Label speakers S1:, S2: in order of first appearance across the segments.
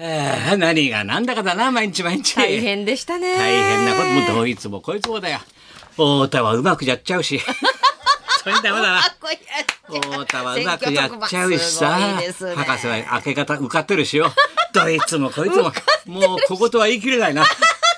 S1: ああ何がなんだかだな、毎日毎日。
S2: 大変でしたね。
S1: 大変なこと、もうどいつもこいつもだよ。太田はうまくやっちゃう し。それダメだな
S2: あ。こいや
S1: 太田 はうまくやっちゃうしさ、
S2: 選挙特番すごいですね
S1: 博士は明け方受かってるし よどいつもこいつももうこことは言い切れないな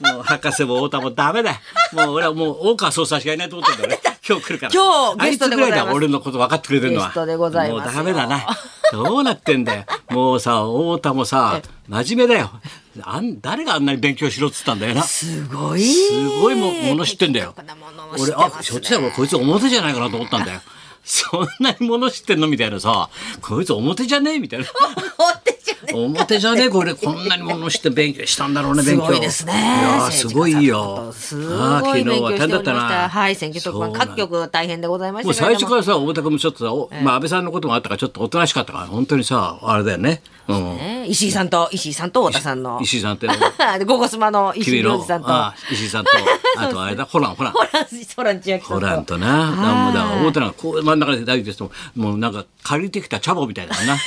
S1: もう博士も太田もダメだよもう俺はもう大川総裁しかいないと思ってんだよね今日来るから
S2: 今日ゲストでご
S1: あいつぐら
S2: ざいます
S1: いだ俺のこと分かってくれてるのは
S2: ゲストでございますよ
S1: もうダメだなどうなってんだよもうさ太田もさ真面目だよあん誰があんなに勉強しろっつったんだよな
S2: すごい。
S1: すごいももの知ってんだよ
S2: 的確なものを。知っ
S1: 俺、
S2: て
S1: あ、
S2: ますね
S1: ひょっとしたらこいつ表じゃないかなと思ったんだ よ。そんなにもの知ってんのみたいなさ、こいつ表じゃねえみたいな。
S2: 思ってちゃね
S1: 表じゃねえこれこんなにもの知って勉強したんだろう ね、
S2: す
S1: 勉強。
S2: ごいですね。
S1: いやーすごいよ。
S2: す
S1: あー
S2: ごい勉強しておりました。はい、選挙特
S1: そう
S2: 番
S1: なんだ
S2: 各局大変でございまし
S1: もう
S2: た
S1: 最
S2: けれ
S1: 初
S2: ども。
S1: からさ、大田君もちょっとさ、おまあ安倍さんのこともあったからちょっとおとなしかったから、本当にさ、あれだよね。うん。
S2: ね石井さんと石井さんと太田さんの。
S1: 石井さんって、
S2: でゴゴスマの 石
S1: 君
S2: 井亮
S1: の
S2: 次さん、と。
S1: あ石井さん と、あとあれだ、ホラン、ホラン
S2: ホ。ラン、ホラン千秋さん
S1: ホ
S2: と。
S1: ランとな、なんもだ、思ったのが、こう、真ん中で大丈夫ですと、もうなんか借りてきたチャボみたいだ な。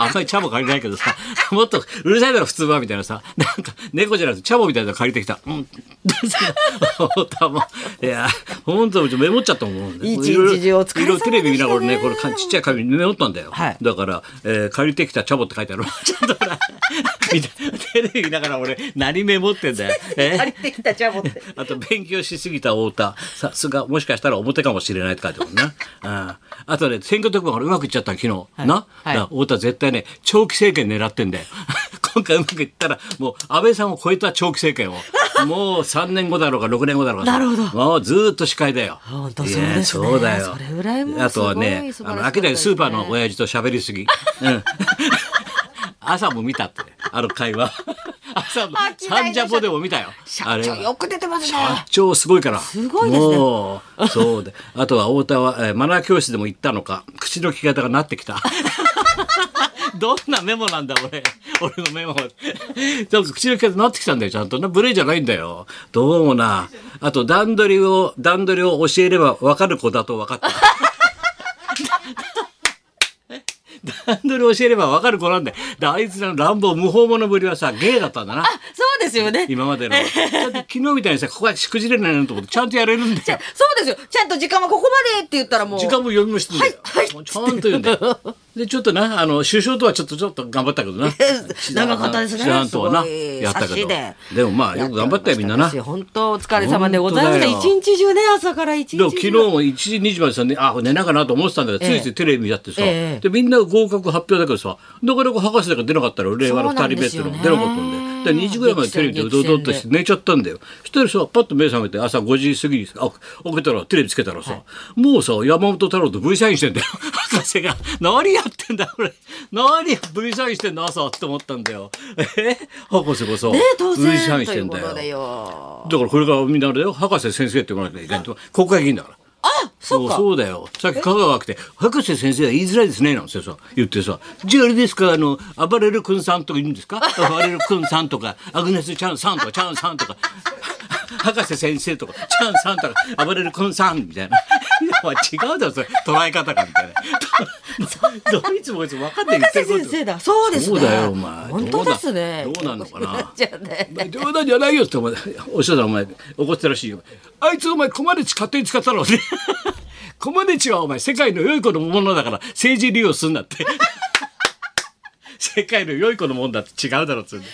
S1: あんまりチャボ借りないけどさ、もっとうるさいだろ、普通は、みたいなさ、なんか猫じゃなくてチャボみたいなの借りてきた。 うん。太田も、いや、本当にメモっちゃったもん。
S2: 一日中お疲れ様でしたね
S1: いろいろテレビ見ながらね、これかちっちゃい紙にメモったんだよ。
S2: はい
S1: だから、えー借りてきたチャボって書いてある。 ちょっとな、見てテレビ見ながら俺、何メモってんだよ。え
S2: 借りてきたジャボっ て。
S1: あと勉強しすぎた太田さすがもしかしたら表かもしれないって書いてあるもんな、うん、あとね選挙特番俺うまくいっちゃったの昨日、な、
S2: は
S1: だ
S2: い
S1: から太田絶対ね長期政権狙ってんだよ 今回うまくいったらもう安倍さんを超えた長期政 権をもう3年後だろうか6年後だろうか
S2: なるほど
S1: もうずーっと司会だよ
S2: 本当
S1: いや
S2: そうですね
S1: そうだよ
S2: それぐらいもう
S1: あとは
S2: すご
S1: ね
S2: い素晴
S1: あの
S2: らしかった
S1: 明らかにスーパー
S2: です
S1: の
S2: ね
S1: 親父と喋りすぎ、うん、 朝も見たってあの会 話朝の
S2: あ嫌いな
S1: サンジャポでも見たよ
S2: 社
S1: あれ
S2: 長
S1: は
S2: よく出てますね。
S1: 社長すごいから。
S2: すごいですね
S1: もう、そうで。 あとは太田は、えーマナー教室でも行ったのか、口の利き方がなってきた。 どんなメモなんだ俺。俺のメモ。でも口の利き方なってきたんだよ、ちゃんとな。無礼じゃないんだよ。どうもな。あと段取りを、段取りを教えれば分かる子だと分かった。 段取り教えれば分かる子なんだよ。であいつらの乱暴無法者ぶりはさ、ゲイだったんだな。
S2: そうですよね。
S1: 今までの。だって昨日みたいにさ、ここはしくじれないなと思って、ちゃんとやれるんだよ。
S2: そうですよ。ちゃんと時間はここまでって言ったらもう。
S1: 時間も読みもしてんだよ。
S2: はいはい
S1: もうちゃんと読ん だよ。で、ちょっとな、あの、首相とはちょっと、ちょっと頑張ったけど な。
S2: 長かったですね。
S1: 首相とはな、
S2: すごい
S1: やった
S2: 差
S1: け
S2: し
S1: ど
S2: で。
S1: でもまあ、よく頑張ったよ、みんなな。
S2: やっておりましたですよ本当お疲れ様でございました。
S1: 本
S2: 一
S1: 当だよ
S2: 日中ね、朝から一日
S1: でも
S2: 中。
S1: 昨日も1時2時までさ、ね、あ寝なかなと思ってたんだけど、ついついテレビ見ちゃってさ、
S2: ええ
S1: でみんな合格発表だけどさなかなか博士だから出なかったら令和の2人目っていうのも出なかった
S2: そうなん
S1: んで
S2: ですよ
S1: で
S2: ね
S1: 2時ぐらいまでテレビでうどうどっとして
S2: 激
S1: 寝ちゃったんだよそしたらさパッと目覚めて朝5時過ぎにさあ開けたらテレビつけたらさ、もうさ山本太郎と V サインしてんだよ博士が何やってんだ俺何 V サインしてんの朝って思ったんだよえ博士こそ、
S2: ね当
S1: V
S2: 然
S1: サインし
S2: と
S1: て
S2: い
S1: ん
S2: う
S1: だ
S2: ことで
S1: よ
S2: よ。
S1: だからこれからみんなあれだよ博士先生って言わなきゃいけないと国会議員だから。
S2: あ、そうか。
S1: そうだよさっき香川が来て「博士先生は言いづらいですね」なんてさ言ってさ「じゃああれですかあの暴れる君さんとか言うんですか暴れる君さんとかアグネス・チャンさんとかチャンさんとか博士先生とかチャンさんとか暴れる君さん」みたいな。いや違うだろそれ捉え方がみたいな。どどいつもこいつ分かんない言って
S2: 博
S1: ること
S2: 士先生だ。そうですね。
S1: そうだよお前
S2: 本当ですね。
S1: どうなどうなんのかな
S2: じゃあね。
S1: 冗談じゃないよってお前おっしゃったお前怒ってたらしいよあいつお前コマネチ勝手に使ったろうね コマネチはお前世界の良い子のものだから政治利用すんなって 世界の良い子のもんだって 違うだろっつうんだ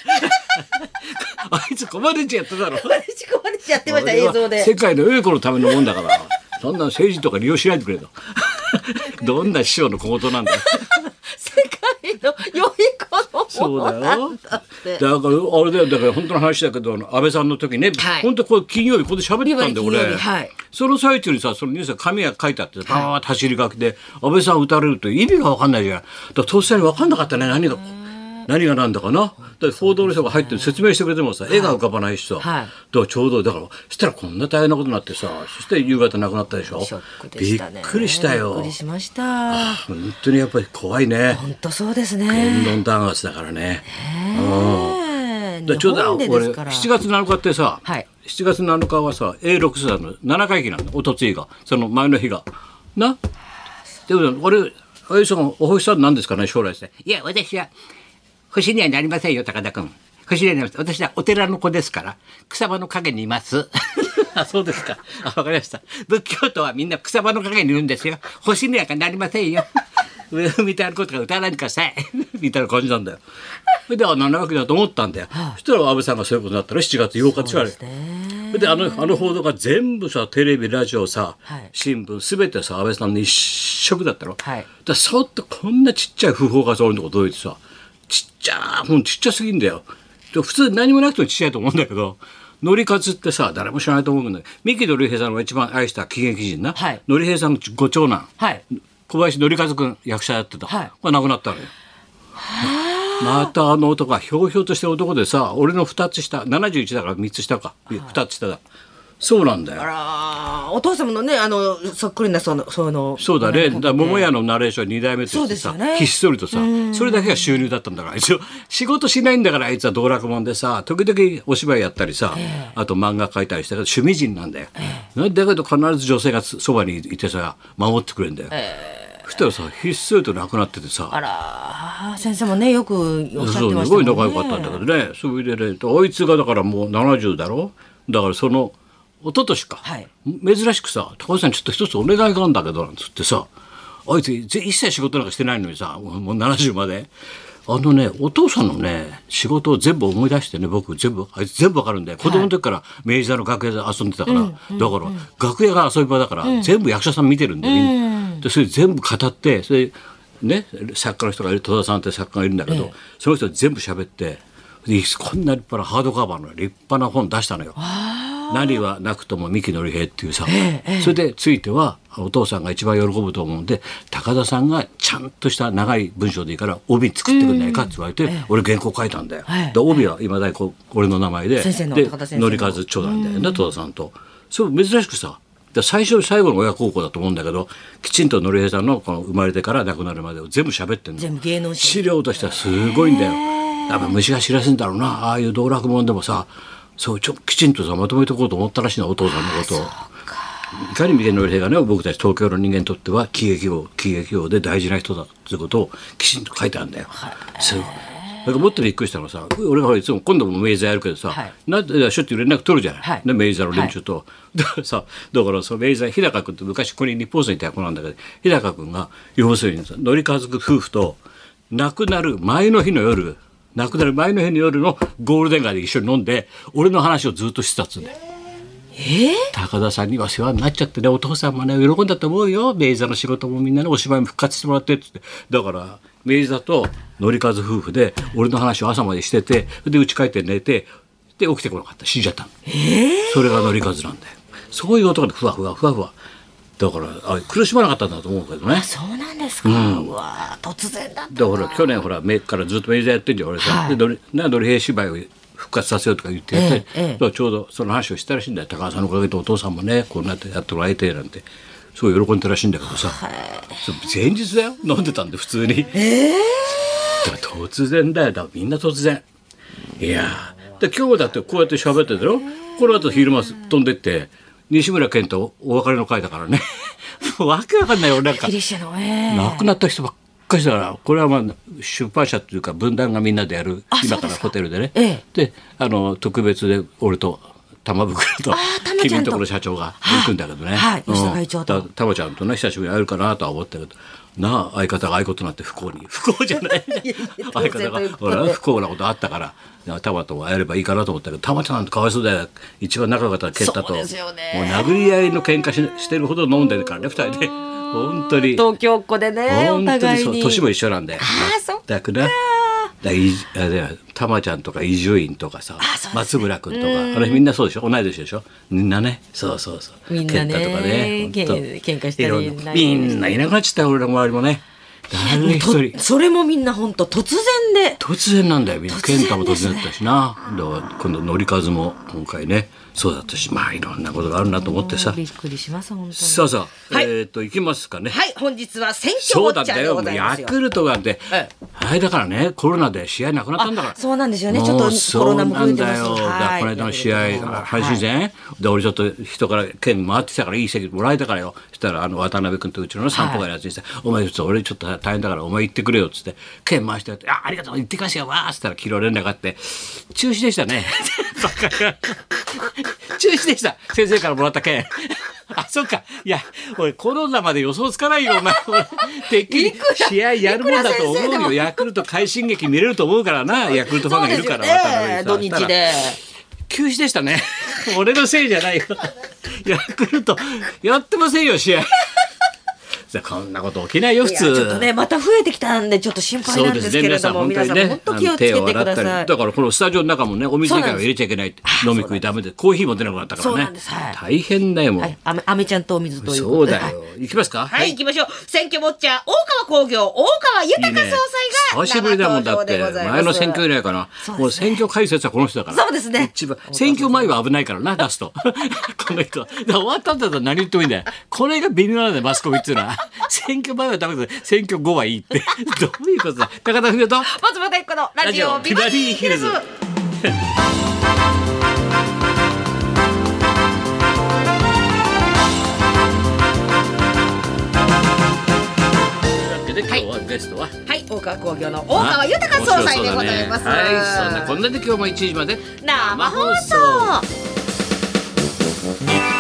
S1: あいつコマネチやってたろ
S2: マネチコマネチやってました、映像
S1: 俺は
S2: で。
S1: 世界の良い子のためのもんだからそんなの政治とか利用しないでくれと どんな師匠の小言なんだよ
S2: 世界の良い子の
S1: そう
S2: も
S1: だ
S2: の
S1: よ。
S2: なんだ
S1: だから
S2: っ
S1: あ
S2: て。
S1: れだよだから本当の話だけどあの安倍さんの時ね、
S2: はい
S1: 本当これ金曜日ここで喋ってたんだよ
S2: 金曜日
S1: 俺、
S2: はい
S1: その最中にさそのニュースが紙が書いてあってバーッと走り書きで安倍さん撃たれると意味が分かんないじゃん。だからとっさに分かんなかったね何が何がなんだかな。だって報道の人が入って説明してくれてもさ絵が浮かばないしさ、
S2: はい
S1: だからちょうどだからそしたらこんな大変なことになってさそして夕方亡くなったでしょ。
S2: ショックでしたね。
S1: びっくりしたよ。
S2: びっくりしました。
S1: 本当にやっぱり怖いね。
S2: 本当そうですね。
S1: 言論弾圧だからね。
S2: ねえ
S1: だからちょうどあ
S2: 日本で
S1: 俺
S2: ですから
S1: 7月7日ってさ、
S2: はい
S1: 7月7日はさ A6 世代の7回忌なんだおとついがその前の日がなでも俺あゆさんお星さんなんですかね将来ですねいや私は星にはなりませんよ高田君星にはなりません私はお寺の子ですから草場の陰にいます あそうですかあわかりました仏教徒はみんな草場の陰にいるんですよ星になんかなりませんよみたいなことが歌わないでくだ さいみたいな感じなんだよそれであなるわけだと思ったんだよ、そしたら安倍さんがそういうことになったら7月8日って言われるそれであのあの報道が全部さテレビラジオさ、
S2: はい
S1: 新聞すべてさ安倍さんの一色だったろ、
S2: はい
S1: だからそっとこんなちっちゃい訃報がさ俺のとこ届いてさちっちゃなもうちっちゃすぎんだよで普通何もなくてもちっちゃいと思うんだけどノリカツってさ誰も知らないと思うんだけど三木紀平さんが一番愛した喜劇人な、
S2: はい
S1: 紀平さんのご長男、
S2: はい
S1: 小林紀一君役者やってた、
S2: はい
S1: これ亡くなったのよ。またあの男はひょうひょうとして男でさ俺の2つ下71だから3つ下か、二2つ下だそうなんだよ
S2: あらーお父様のねあのそっくりなそのその
S1: そうだね。だから
S2: も
S1: 桃屋のナレーション2代目としてさ、
S2: そうですよね
S1: ひっそりとさ、それだけが収入だったんだから、一応、仕事しないんだから、あいつは道楽もんでさ、時々お芝居やったりさ、あと漫画描いたりして、趣味人なんだよ。なんだけど必ず女性がそばにいてさ、守ってくれるんだよ。そしたらさ、ひっそりと亡くなっててさ、
S2: あらー先生もねよくおっしゃ
S1: そ
S2: っ
S1: う
S2: てますした
S1: ご
S2: もん
S1: い
S2: ね
S1: 仲良かったんだけどねそれでねあいつがだからもう70だろだからその一昨年か、
S2: はい
S1: 珍しくさ「高橋さんちょっと一つお願いがあるんだけど」なんつってさあいつぜ一切仕事なんかしてないのにさもうもう70まで。あのね、お父さんのね、仕事を全部思い出してね、僕全部、あいつ全部わかるんで、子供の時から明治座の楽屋で遊んでたから、だから、楽屋が遊び場だから、全部役者さん見てるんで、みんな。で、それ全部語って、それ、ね、作家の人がいる戸田さんって作家がいるんだけど、その人に全部喋ってでこんな立派なハードカバーの立派な本出したのよ。何はなくとも三木のり平っていうさ、それでついてはお父さんが一番喜ぶと思うんで高田さんがちゃんとした長い文章でいいから帯作ってくんないかって言われて、俺原稿書いたんだよ。
S2: はい
S1: で帯はいまだにこう俺の名前で
S2: 先生の
S1: で
S2: 高田先生の
S1: 乗り数長男だよね戸田さんと。そう珍しくさで最初最後の親孝行だと思うんだけどきちんとのり平さんのこの生まれてから亡くなるまでを全部喋ってんの
S2: 全部芸能人
S1: 資料としてはすごいんだよ。やっぱ虫が知らせんだろうなああいう道楽もんでもさそうちょきちんとさまとめておこうと思ったらしいなお父さんのことを。いかに三毛のり平がね僕たち東京の人間にとっては喜劇王喜劇王で大事な人だっていうことをきちんと書いてあるんだよ。そうだからもっとびっくりしたのはさ俺がほらいつも今度も明治やるけどさ、
S2: はい
S1: なんでしょっちゅう連絡取るじゃない、
S2: はい
S1: ね明治座の連中と、だから さだからその明治座日高君って昔ここに日本にいた子なんだけど日高君が要するにさ乗り家族夫婦と亡くなる前の日の夜亡くなる前の日の夜のゴールデン街で一緒に飲んで俺の話をずっとしてたっつうんだよ。
S2: え
S1: 高田さんには世話になっちゃってねお父さんもね喜んだと思うよ明治座の仕事もみんなねお芝居も復活してもらってっつってだから明治座と紀一夫婦で俺の話を朝までしててで家帰って寝てで起きてこなかった死んじゃったの、それが紀一なんだよそういう男でふわふわふわふわだからあ苦しまなかったんだと思うけどね
S2: そうなんですか、うわー突然だった
S1: だから去年ほら目からずっとメジャーやってんじゃん俺さ、
S2: はい
S1: でどれなどれ平芝居を復活させようとか言ってやったり、
S2: ええええ
S1: だからちょうどその話をしたらしいんだよ高橋さんのおかげでお父さんもねこうなってやってもらえてなんてすごい喜んでたらしいんだけどさ、そう前日だよ飲んでたんで普通に、だから突然だよだからみんな突然いやーで今日だってこうやって喋ってたろこの後昼間飛んでって西村健とお別れの会だからね もうわけわかんないよ俺なんか
S2: ギリシャのえ
S1: 亡くなった人ばっかりだからこれはまあ出版社というか文壇がみんなでやる
S2: あ
S1: 今
S2: そう
S1: か
S2: で
S1: ら
S2: すか
S1: ホテルでね
S2: え
S1: であの特別で俺と玉袋と
S2: ー玉ちゃんと
S1: 君のところ社長が行くんだけどね、
S2: はいはい
S1: うん
S2: 吉田会長と
S1: だ玉ちゃんとね久しぶりに会えるかなとは思ったけどなあ相方がああいうことになって不幸に不幸じゃない相方
S2: 当然と
S1: が
S2: いうこ
S1: ほ
S2: とで
S1: ら不幸なことあったから玉と会えればいいかなと思ったけど玉ちゃんなんてかわいそうだよ一番仲良かった健太と
S2: そうですよね
S1: もう殴り合いの喧嘩ししてるほど飲んでるからね二人で本当に。
S2: 東京っ子でねお
S1: 本当
S2: 互
S1: に
S2: い
S1: そう
S2: に
S1: 年も一緒なんで。
S2: あーそっか
S1: だから。だいあれだよたまちゃんとか伊集院とかさ、
S2: そうですね
S1: 松村君とかあれみんなそうでしょ同い年でしょみんなねそうそうそう
S2: みんなね
S1: 健太とかね
S2: けん
S1: ほんと
S2: 喧嘩したり
S1: いろんな
S2: 泣いたり
S1: みんないなくなっちゃったよ俺の周りもね誰一人
S2: とそれもみんな本当突然で
S1: 突然なんだよみんな
S2: 突然
S1: 健
S2: です
S1: 太も突然
S2: ね
S1: だったしなだから今度乗数も今回ねそうだったしまあいろんなことがあるなと思ってさ
S2: びっくりします本当に
S1: さあさあ、
S2: はい
S1: えっ、と行きますかね
S2: はい本日は選挙
S1: そ
S2: ウォ
S1: うな
S2: ッ
S1: ん
S2: チャ
S1: だ
S2: ーで
S1: よ
S2: ご
S1: も
S2: ざ
S1: う
S2: い
S1: ヤ
S2: ますよ
S1: クルトがで、
S2: え
S1: あれだからねコロナで試合なくなったんだから
S2: あそうなんですよね
S1: も
S2: ちょっと
S1: う
S2: コロナも増えてますし
S1: そうなんだよだから
S2: はい
S1: この間の試合
S2: はい
S1: 阪神戦、で俺ちょっと人から券回ってきたからいい席もらえたからよそしたらあの渡辺君とうちのね散歩会のやつにさ「お前ちょっと俺ちょっとから大変だからお前行ってくれよ」っつって剣回してやって「あありがとう行ってかしやわ」っつったら昨日連絡あって「中止でしたね」 中止でした先生からもらった剣。 あ、そっか。いや、俺、コロナまで予想つかないよ、お前。 俺てっき
S2: い
S1: り
S2: くら
S1: 試合やるもんだと
S2: いくら先生
S1: 思
S2: で
S1: う
S2: も
S1: よ。ヤクルト快進撃見れると思うからな、ヤクルトファンがいるから、渡辺さん
S2: そうですよね土日で。
S1: 休止でした ね。俺のせいじゃ ないよ。ヤクルト、やってませんよ、試合。 さこんなこと起きないよ、普
S2: いやちょっと
S1: 通。
S2: ねまた増えてきたんでちょっと心配なんですけれども、皆さん本当気をつけてくだ
S1: あ
S2: さ
S1: の
S2: い
S1: だからこのスタジオの中もね、お水以外は入れちゃいけないって、飲み食いダメで、コーヒーも出なくなったからね。
S2: そうなんですはい
S1: 大変だよ、もう。
S2: はいあめあめちゃんとお水というこ
S1: そう
S2: とで
S1: だ
S2: はい
S1: よ。行きますか。
S2: はい、行きましょう選挙ウォッチャー大川工業大川豊総裁が
S1: 久しぶりだもんだっ
S2: 生
S1: て
S2: 登場でございます
S1: 前の選挙以来かな、
S2: そうですね
S1: もう選挙解説はこの人だから
S2: そうですね
S1: 一番選挙前は危ないからな出すと この人はだから終わったんだったら何言ってもいいんだよこれが微妙なんだよマスコミっていうのは選挙前はダメだけど選挙後はいいって どういうことだ高田文夫と
S2: 松本彦のラジオビバリーヒルズ
S1: ラジオビバリーヒルズというわけで今日はゲストは、
S2: はい大川工業の大川豊総裁でございま
S1: 面白そ
S2: す、
S1: うだねはいそんなこんなで今日も1時まで
S2: 生放送
S1: 生放送